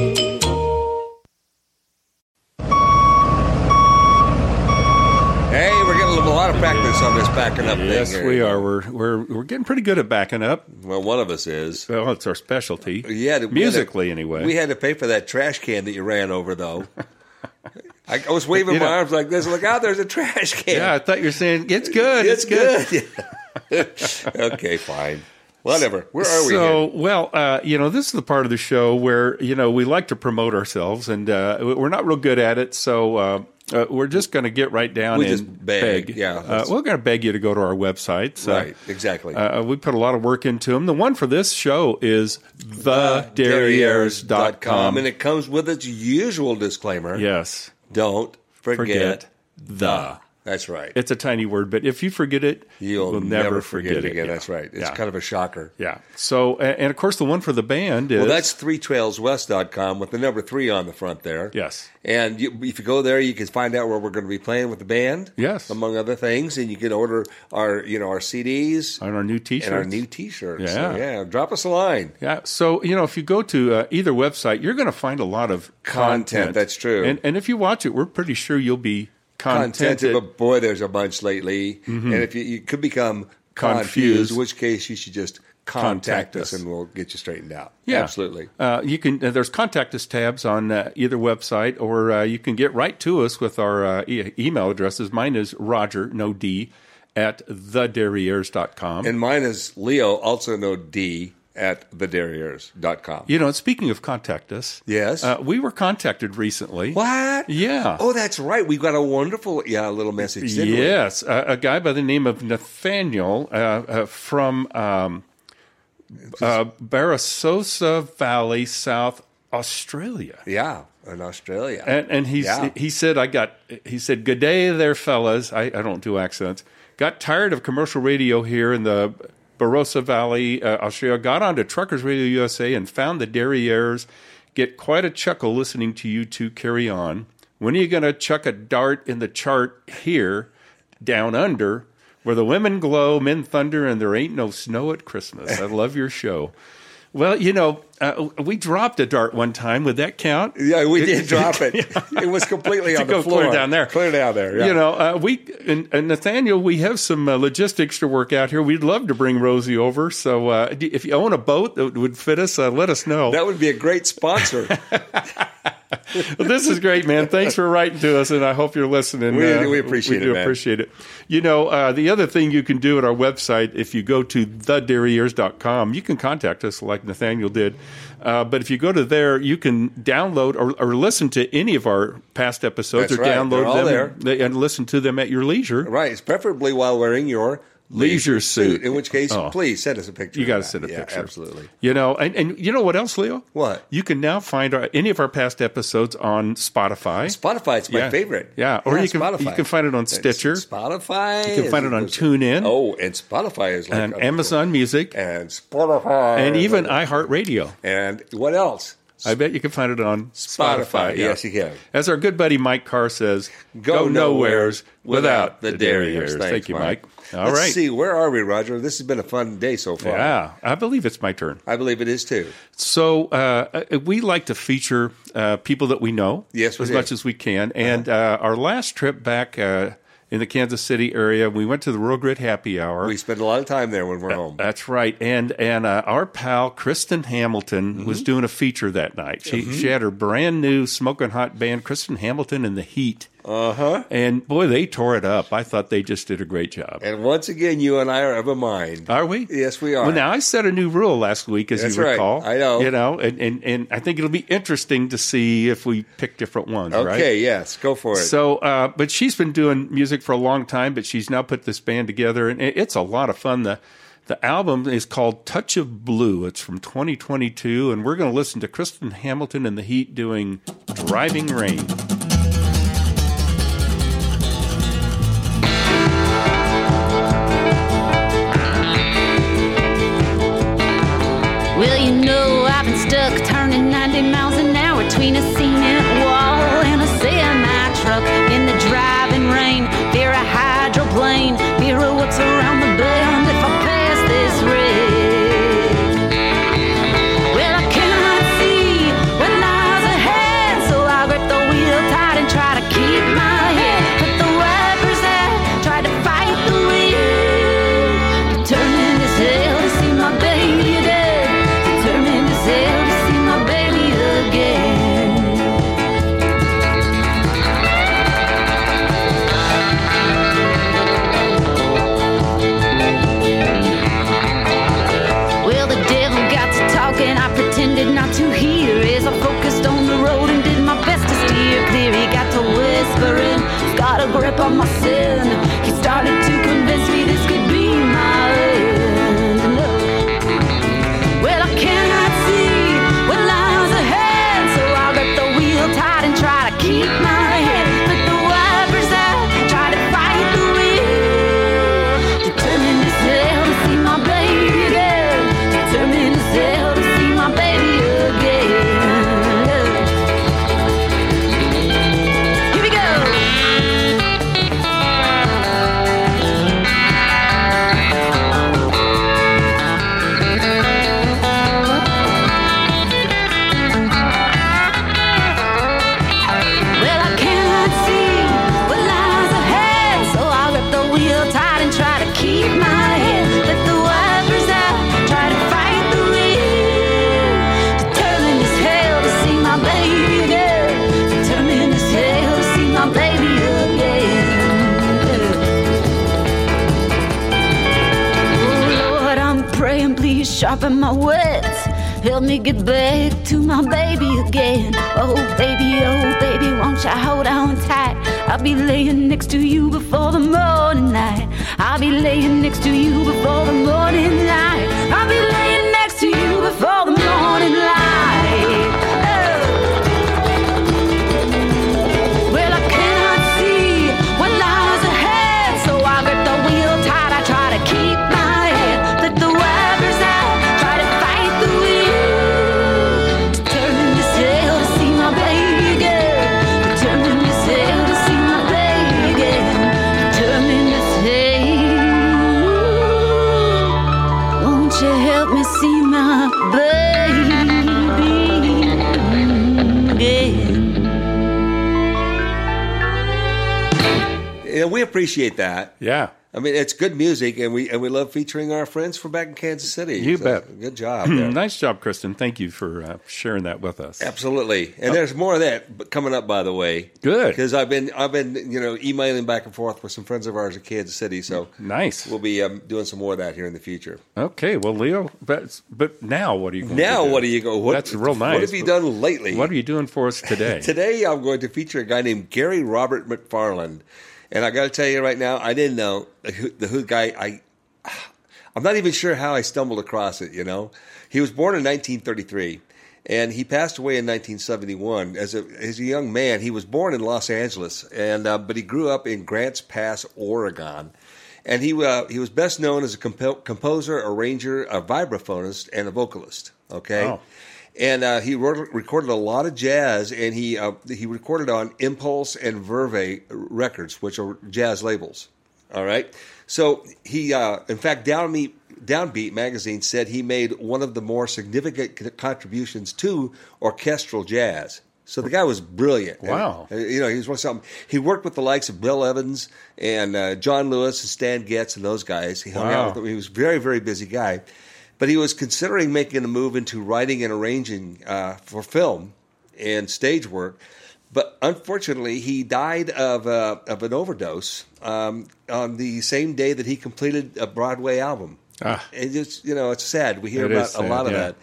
F: Hey, we're getting a lot of practice on this backing up
E: Yes,
F: thing. here.
E: we are. We're we're we're getting pretty good at backing up.
F: Well, one of us is.
E: Well, it's our specialty.
F: Yeah, we had to-
E: musically anyway.
F: We had to pay for that trash can that you ran over, though. I, I was waving
E: You
F: my
E: know-
F: arms like this. Look out! There's a trash can.
E: yeah, I thought you were saying it's good.
F: it's good. okay, fine. Whatever. Where are we?
E: so
F: here?
E: well, uh, you know, this is the part of the show where you know we like to promote ourselves, and uh, we're not real good at it. So uh, uh, we're just going to get right down
F: We
E: and
F: just beg, yeah.
E: uh, we're going to beg you to go to our websites. Uh,
F: right, exactly.
E: Uh, we put a lot of work into them. The one for this show is
F: Derriers.com.
E: thederriers.com.
F: and it comes with its usual disclaimer.
E: Yes.
F: Don't forget.
E: Forget the.
F: That's right.
E: It's a tiny word, but if you forget it,
F: You'll
E: will
F: never, forget, it again.
E: Yeah.
F: That's right. It's
E: yeah.
F: kind of a shocker.
E: yeah. So, a- and of course, the one for the band is
F: Well, that's three trailswest.com with the number three on the front there.
E: Yes.
F: And you, if you go there, you can find out where we're going to be playing with the band.
E: Yes.
F: Among other things. And you can order our, you know, our CDs
E: on our new T-shirt.
F: and our new t shirts.
E: Yeah.
F: yeah. Drop us a line.
E: Yeah. So, you know, if you go to uh, either website, you're going to find a lot of
F: Content,
E: content.
F: that's true.
E: And, and if you watch it, we're pretty sure you'll be
F: Contented,
E: contented.
F: but boy, there's a bunch lately. And if you, you could become confused,
E: Mm-hmm. Confused.
F: in which case you should just contact,
E: Contact
F: us.
E: us.
F: and we'll get you straightened out.
E: Yeah.
F: Absolutely.
E: Uh, you can. Uh, there's contact us tabs on uh, either website, or uh, you can get right to us with our uh, e- email addresses. Mine is Roger, no D, at thederriers.com.
F: And mine is Leo, also no D, at thederriers.com.
E: you know, speaking of contact us,
F: Yes.
E: uh, we were contacted recently.
F: What?
E: Yeah.
F: Oh, that's right. We got a wonderful yeah little message. Didn't we?
E: Yes, a, a guy by the name of Nathaniel uh, uh, from um, uh, Barasosa Valley, South Australia.
F: Yeah, in Australia.
E: And, and he's,
F: Yeah.
E: he said, I got, he said, good day there, fellas. I, I don't do accents. Got tired of commercial radio here in the Barossa Valley, uh, Australia. Got onto Truckers Radio USA and found the Derriers. Get quite a chuckle listening to you two carry on. When are you going to chuck a dart in the chart here, down under, where the women glow, men thunder, and there ain't no snow at Christmas? I love your show. Well, you know, uh, we dropped a dart one time. Would that count?
F: yeah, we did drop it. It was completely
E: to
F: on the
E: go
F: floor.
E: clear down there.
F: Clear down there. yeah.
E: You know, uh, we and, and Nathaniel, we have some uh, logistics to work out here. We'd love to bring Rosie over. So uh, d- if you own a boat that would fit us, uh, let us know.
F: that would be a great sponsor.
E: this is great, man. Thanks for writing to us, and I hope you're listening. uh,
F: We- we appreciate
E: we do
F: it, man.
E: appreciate it. You know, uh, the other thing you can do at our website, if you go to thederriers.com, you can contact us like Nathaniel did. Uh, but if you go to there, you can download or, or listen to any of our past episodes
F: That's
E: or
F: right. They're
E: download
F: all
E: them
F: there.
E: And, and listen to them at your leisure.
F: right. It's preferably while wearing your
E: leisure suit.
F: In which case,
E: Oh.
F: please send us a picture.
E: You
F: of
E: got to
F: that.
E: send a
F: Yeah,
E: picture.
F: Absolutely.
E: You know, and, and you know what else, Leo?
F: What?
E: You can now find our, any of our past episodes on Spotify.
F: Spotify, it's my
E: Yeah.
F: favorite.
E: Yeah, or you can-
F: Spotify.
E: you can find it on
F: It's
E: Stitcher.
F: Spotify.
E: You can find
F: is-
E: it on TuneIn.
F: Oh, and Spotify is like
E: and
F: a-
E: Amazon Music.
F: and Spotify
E: and even uh, iHeartRadio.
F: and what else?
E: I bet you can find it on Spotify.
F: Spotify. Yes, you can.
E: As our good buddy Mike Carr says,
F: Go nowheres without the
E: derriers."
F: derriers.
E: Thank
F: Thanks,
E: you, Mike.
F: Mike.
E: All right.
F: Let's see, where are we, Roger? This has been a fun day so far.
E: Yeah, I believe it's my turn.
F: I believe it is too.
E: So uh, uh, we like to feature uh, people that we know
F: Yes, we
E: as
F: do. Uh-huh.
E: much as we can. And uh, our last trip back uh, in the Kansas City area, we went to the Real Grit Happy Hour.
F: We spend a lot of time there when we're home.
E: That's right. And and uh, our pal Kristen Hamilton
F: Mm-hmm.
E: was doing a feature that night. She she had her brand new smoking hot band Kristen Hamilton and the Heat. Uh-huh. And boy, they tore it up. I thought they just did a great job.
F: and once again, you and I are of a mind.
E: Are we?
F: Yes, we are.
E: Well, now I set a new rule last week, as
F: That's
E: you
F: right.
E: recall.
F: I know.
E: You know, and, and, and I think it'll be interesting to see if we pick different ones, right?
F: okay, yes, go for it.
E: So, uh, but she's been doing music for a long time, but she's now put this band together, and it- it's a lot of fun. The the album is called Touch of Blue. It's from 2022, and we're going to listen to Kristen Hamilton and the Heat doing Driving Rain.
K: Well, you know I've been stuck turning 90 miles an hour between a cement wall and a semi truck in the driving rain. Fear a hydroplane, fear of what's around the bend if I pass this rig. Well, I cannot see what lies ahead, so I grip the wheel tight and try to keep my head. Put the wipers out, try to fight the wind. Determined as hell to see my baby dead. Determined as hell to see my baby again. Well, the devil got to talking. I pretended not to hear as I focused on the road and did my best to steer clear. He got to whispering, he's got a grip on my sin. He started to convince me this could be my end. And look, well, I cannot see what lies ahead, so I grip the wheel tight and try to keep my head. But the wipers out, try to fight the wind. Determined as hell to see my baby again. Determined as hell to see my baby again. Here we go. Well, I cannot see what lies ahead, so I grip the wheel tight and try to keep my head. Let the wipers out, try to fight the wind. Determined as hell to see my baby again. Determined as hell to see my baby again. Oh Lord, I'm praying, please sharpen my wits. Help me get back to my baby again. Oh baby, oh baby, won't you hold on tight? I'll be laying next to you before the morning light. I'll be laying next to you before the morning light. I'll be laying next to you before the morning light. Oh. Well, I cannot see what lies ahead, so I grip the wheel tight. I try to keep my head, let the wipers out, try to fight the wind. Determined as hell to see my baby again. Determined as hell to see my baby again. Determined as hell. Won't you help me see my baby again?
F: Yeah, we appreciate that.
E: Yeah.
F: I mean, it's good music, and we and we love featuring our friends from back in Kansas City.
E: You
F: So,
E: bet.
F: Good job. there.
E: Mm, Nice job, Kristen. Thank you for uh, sharing that with us.
F: Absolutely, and there's more of that b- coming up, by the way.
E: Oh. Good.
F: because I've been I've been you know emailing back and forth with some friends of ours in Kansas City, so
E: Nice.
F: we'll be um, doing some more of that here in the future.
E: Okay, well, Leo, but but now what are you going
F: Now,
E: to do?
F: what do you go? What,
E: That's real nice.
F: What have you done lately?
E: What are you doing for us today?
F: Today, I'm going to feature a guy named Gary Robert McFarland, and I got to tell you right now, I didn't know who, the who guy I I'm not even sure how I stumbled across it, you know. He was born in 1933 and he passed away in 1971 as a as a young man. He was born in Los Angeles and uh, but he grew up in Grants Pass, Oregon. And he uh, he was best known as a compo- composer, arranger, a vibraphonist and a vocalist, okay?
E: Wow.
F: And uh, he wrote, recorded a lot of jazz, and he uh, he recorded on Impulse and Verve Records, which are jazz labels. All right. So he, uh, in fact, Downbeat, Downbeat magazine said he made one of the more significant c- contributions to orchestral jazz. So the guy was brilliant.
E: Wow.
F: And, uh, you know, he was really something. He worked with the likes of Bill Evans and uh, John Lewis and Stan Getz and those guys. He hung
E: Wow.
F: out with them. He was a very, very busy guy. But he was considering making a move into writing and arranging uh, for film and stage work. But unfortunately, he died of, uh, of an overdose um, on the same day that he completed a Broadway album.
E: Ah.
F: And just, you know, it's sad. We hear
E: It
F: about
E: is
F: a
E: sad,
F: lot of
E: yeah.
F: that.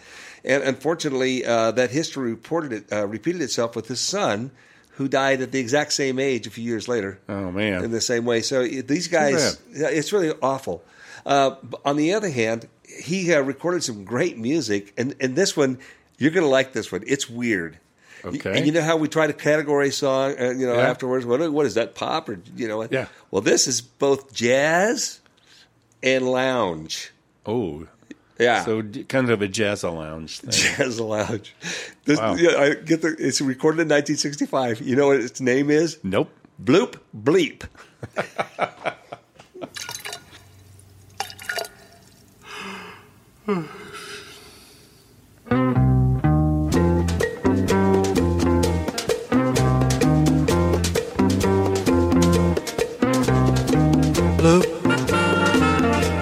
F: And unfortunately, uh, that history reported it, uh, repeated itself with his son, who died at the exact same age a few years later
E: Oh
F: in
E: man.
F: the same way. So it- these guys, yeah, it's really awful. Uh, but on the other hand, he uh, recorded some great music, and, and this one, you're going to like this one. It's weird. Y-
E: Okay.
F: And you know how we try to categorize song, uh, you know,
E: Yeah.
F: afterwards. What, what is that pop or you know? what?
E: Yeah.
F: Well, this is both jazz and lounge.
E: Oh.
F: Yeah.
E: So d- kind of a jazz lounge thing.
F: Jazz Lounge. This,
E: Wow.
F: yeah, I get the, it's recorded in 1965. You know what its name is?
E: nope.
F: Bloop Bleep.
G: Bloop,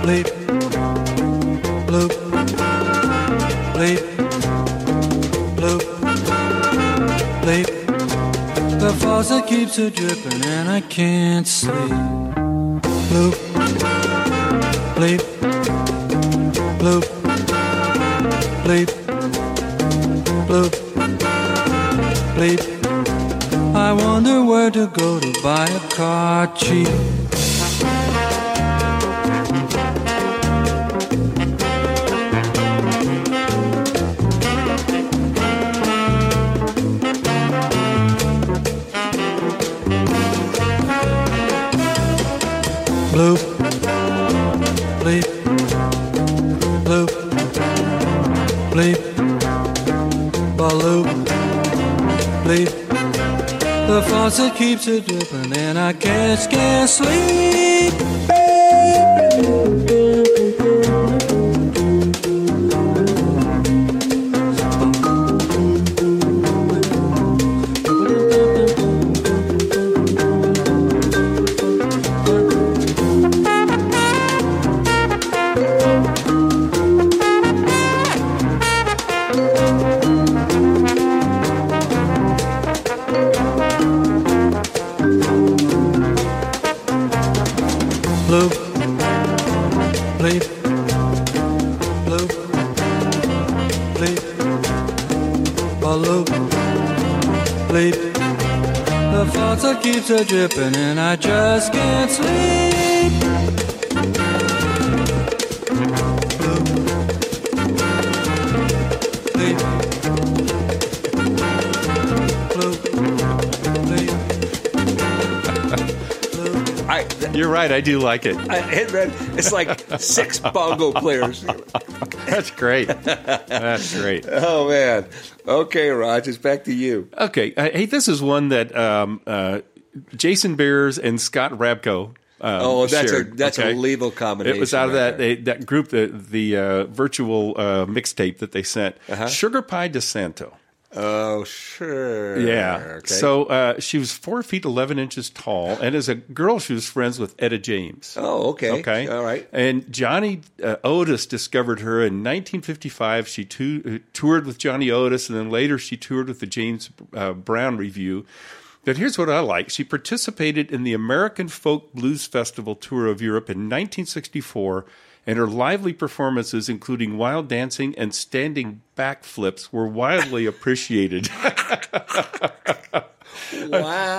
G: bleep, bloop, bleep, bloop, bleep. The faucet keeps a dripping and I can't sleep. Bloop, bleep, bloop, bleep, bloop, bleep. I wonder where to go to buy a car cheap. Bloop. Bleep. Bloop. Bleep. Baloop. Bleep. The faucet keeps a dripping and I can't can't sleep. Bloop. Bleep. Bloop. Bleep. Baloop. Bleep. The faucet keeps a dripping and I just can't sleep. Bloop. Bleep. Bloop. Bleep.
F: I, th-
E: You're right. I do like it.
F: I, it read- it's like six bongo players.
E: That's great. That's great.
F: Oh, man. Okay, Raj, it's back to you.
E: Okay. Uh, hey, this is one that um, uh, Jason Beers and Scott Rabko. um,
F: Oh, that's a-
E: shared,
F: that's a lethal combination
E: It was out of
F: right
E: that
F: there.
E: they, that group, the the uh, virtual uh, mixtape that they sent,
F: Uh-huh.
E: Sugar Pie DeSanto.
F: Oh, sure.
E: Yeah.
F: Okay.
E: So uh, she was four feet eleven inches tall, and as a girl, she was friends with Etta James.
F: Oh, okay.
E: Okay.
F: All right.
E: And Johnny uh, Otis discovered her in 1955. She tou- uh, toured with Johnny Otis, and then later she toured with the James uh, Brown Review. But here's what I like. She participated in the American Folk Blues Festival tour of Europe in 1964, and her lively performances, including wild dancing and standing backflips, were widely appreciated.
F: Wow.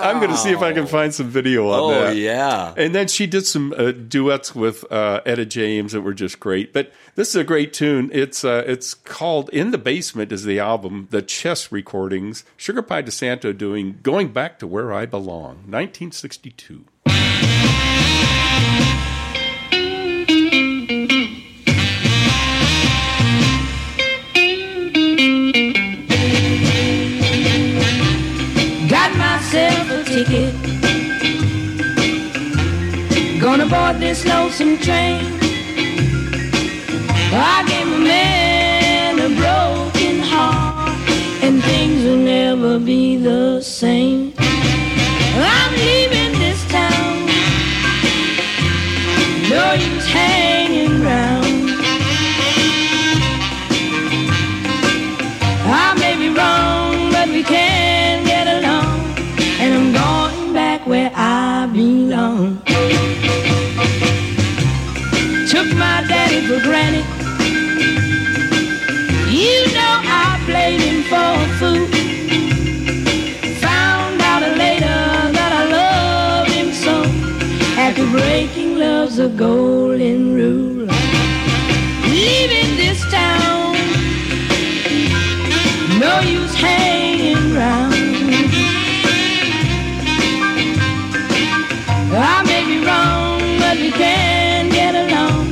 E: I'm going to see if I can find some video on
F: Oh,
E: that.
F: yeah.
E: And then she did some uh, duets with uh, Etta James that were just great. But this is a great tune. It's uh, it's called "In the Basement" is the album. The Chess recordings. Sugar Pie DeSanto doing "Going Back to Where I Belong," 1962.
L: Got myself a ticket. Gonna board this lonesome train. I gave a man a broken heart, and things will never be the same. I'm leaving this town. No use hanging round. I may be wrong, but we can get along. And I'm going back where I belong. Took my daddy for granted. You know I played him for a fool. Found out later that I loved him so. After breaking love's a golden rule. Leaving this town. No use hanging round. I may be wrong, but we can get along.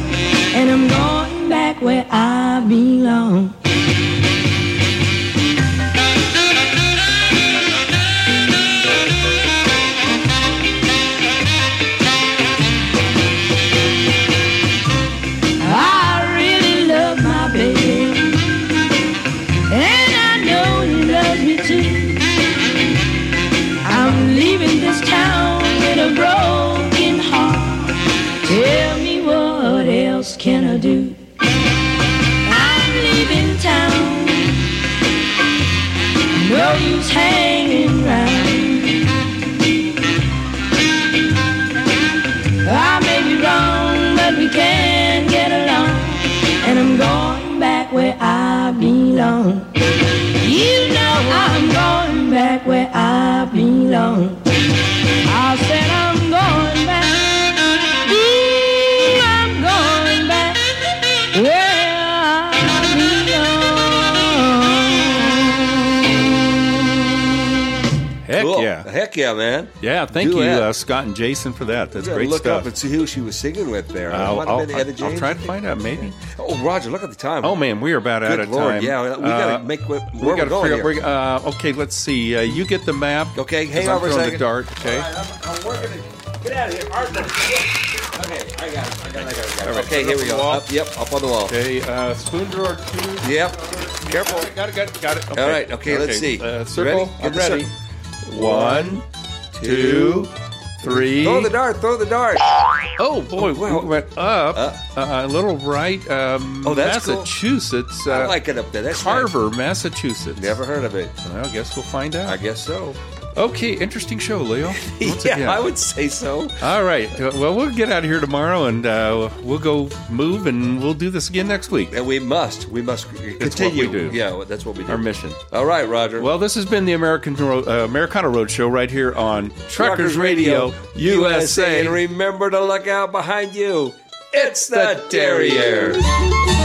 L: And I'm going back where I belong. I really love my baby. And I know he loves me too. I'm leaving this town with a broken heart. Tell me what else can I do? I'm leaving town. No use hanging round. I may be wrong, but we can get along. And I'm going back where I belong. You know I'm going back where I belong. I said I'm going back. Mm, I'm going back where I belong.
E: Heck yeah!
F: Heck yeah, man.
E: Yeah, thank
F: Do
E: you,
F: that.
E: uh, Scott and Jason, for that. That's
F: Yeah,
E: great
F: look
E: stuff.
F: up and see who she was singing with there. It
E: I'll,
F: might have
E: I'll-
F: been Etta
E: I'll
F: James,
E: try
F: I
E: to
F: think.
E: find out, maybe.
F: Oh, Roger, look at the time.
E: Oh man, we are about out
F: Good
E: of
F: Lord,
E: time. Uh,
F: yeah, we gotta make wh- where we're
E: gotta
F: going
E: figure out
F: here.
E: where- uh, okay, let's see. Uh, you get the map.
F: Okay, hang
E: 'cause I'm
F: on for a
E: throwing
F: second.
E: The dart. Okay.
F: I'm working it. Get out of here, Arthur. Okay, I got it. I got it. I got it. I got it.
E: Alright,
F: Okay,
E: put it
F: here
E: up
F: we
E: on
F: go.
E: the wall.
F: Up, yep, up on the wall.
E: Okay. Uh, spoon drawer two.
F: Yep. Careful.
E: Got it. Got it. Got it.
F: All right. Okay, let's see.
E: Uh,
F: You
E: circle.
F: ready?
E: I'm
F: Get the
E: ready.
F: circle.
E: One, two, three.
F: Throw the dart. Throw the dart.
E: Oh boy,
F: Wow.
E: we went up uh, a little right. Um,
F: Oh, that's cool.
E: Massachusetts.
F: I
E: uh,
F: like it up there. That's
E: Carver, Massachusetts.
F: Never heard of it.
E: Well, I guess we'll find out.
F: I guess so.
E: Okay, interesting show, Leo. Once
F: yeah,
E: again.
F: I would say so.
E: All right. Uh, Well, we'll get out of here tomorrow, and uh, we'll go move, and we'll do this again next week.
F: And we must. We must continue.
E: It's what we do.
F: Yeah, that's what we do.
E: Our mission.
F: All right, Roger.
E: Well, this has been the American Ro- uh, Americana Roadshow right here on Truckers Radio USA.
F: And remember to look out behind you. It's the Terriers.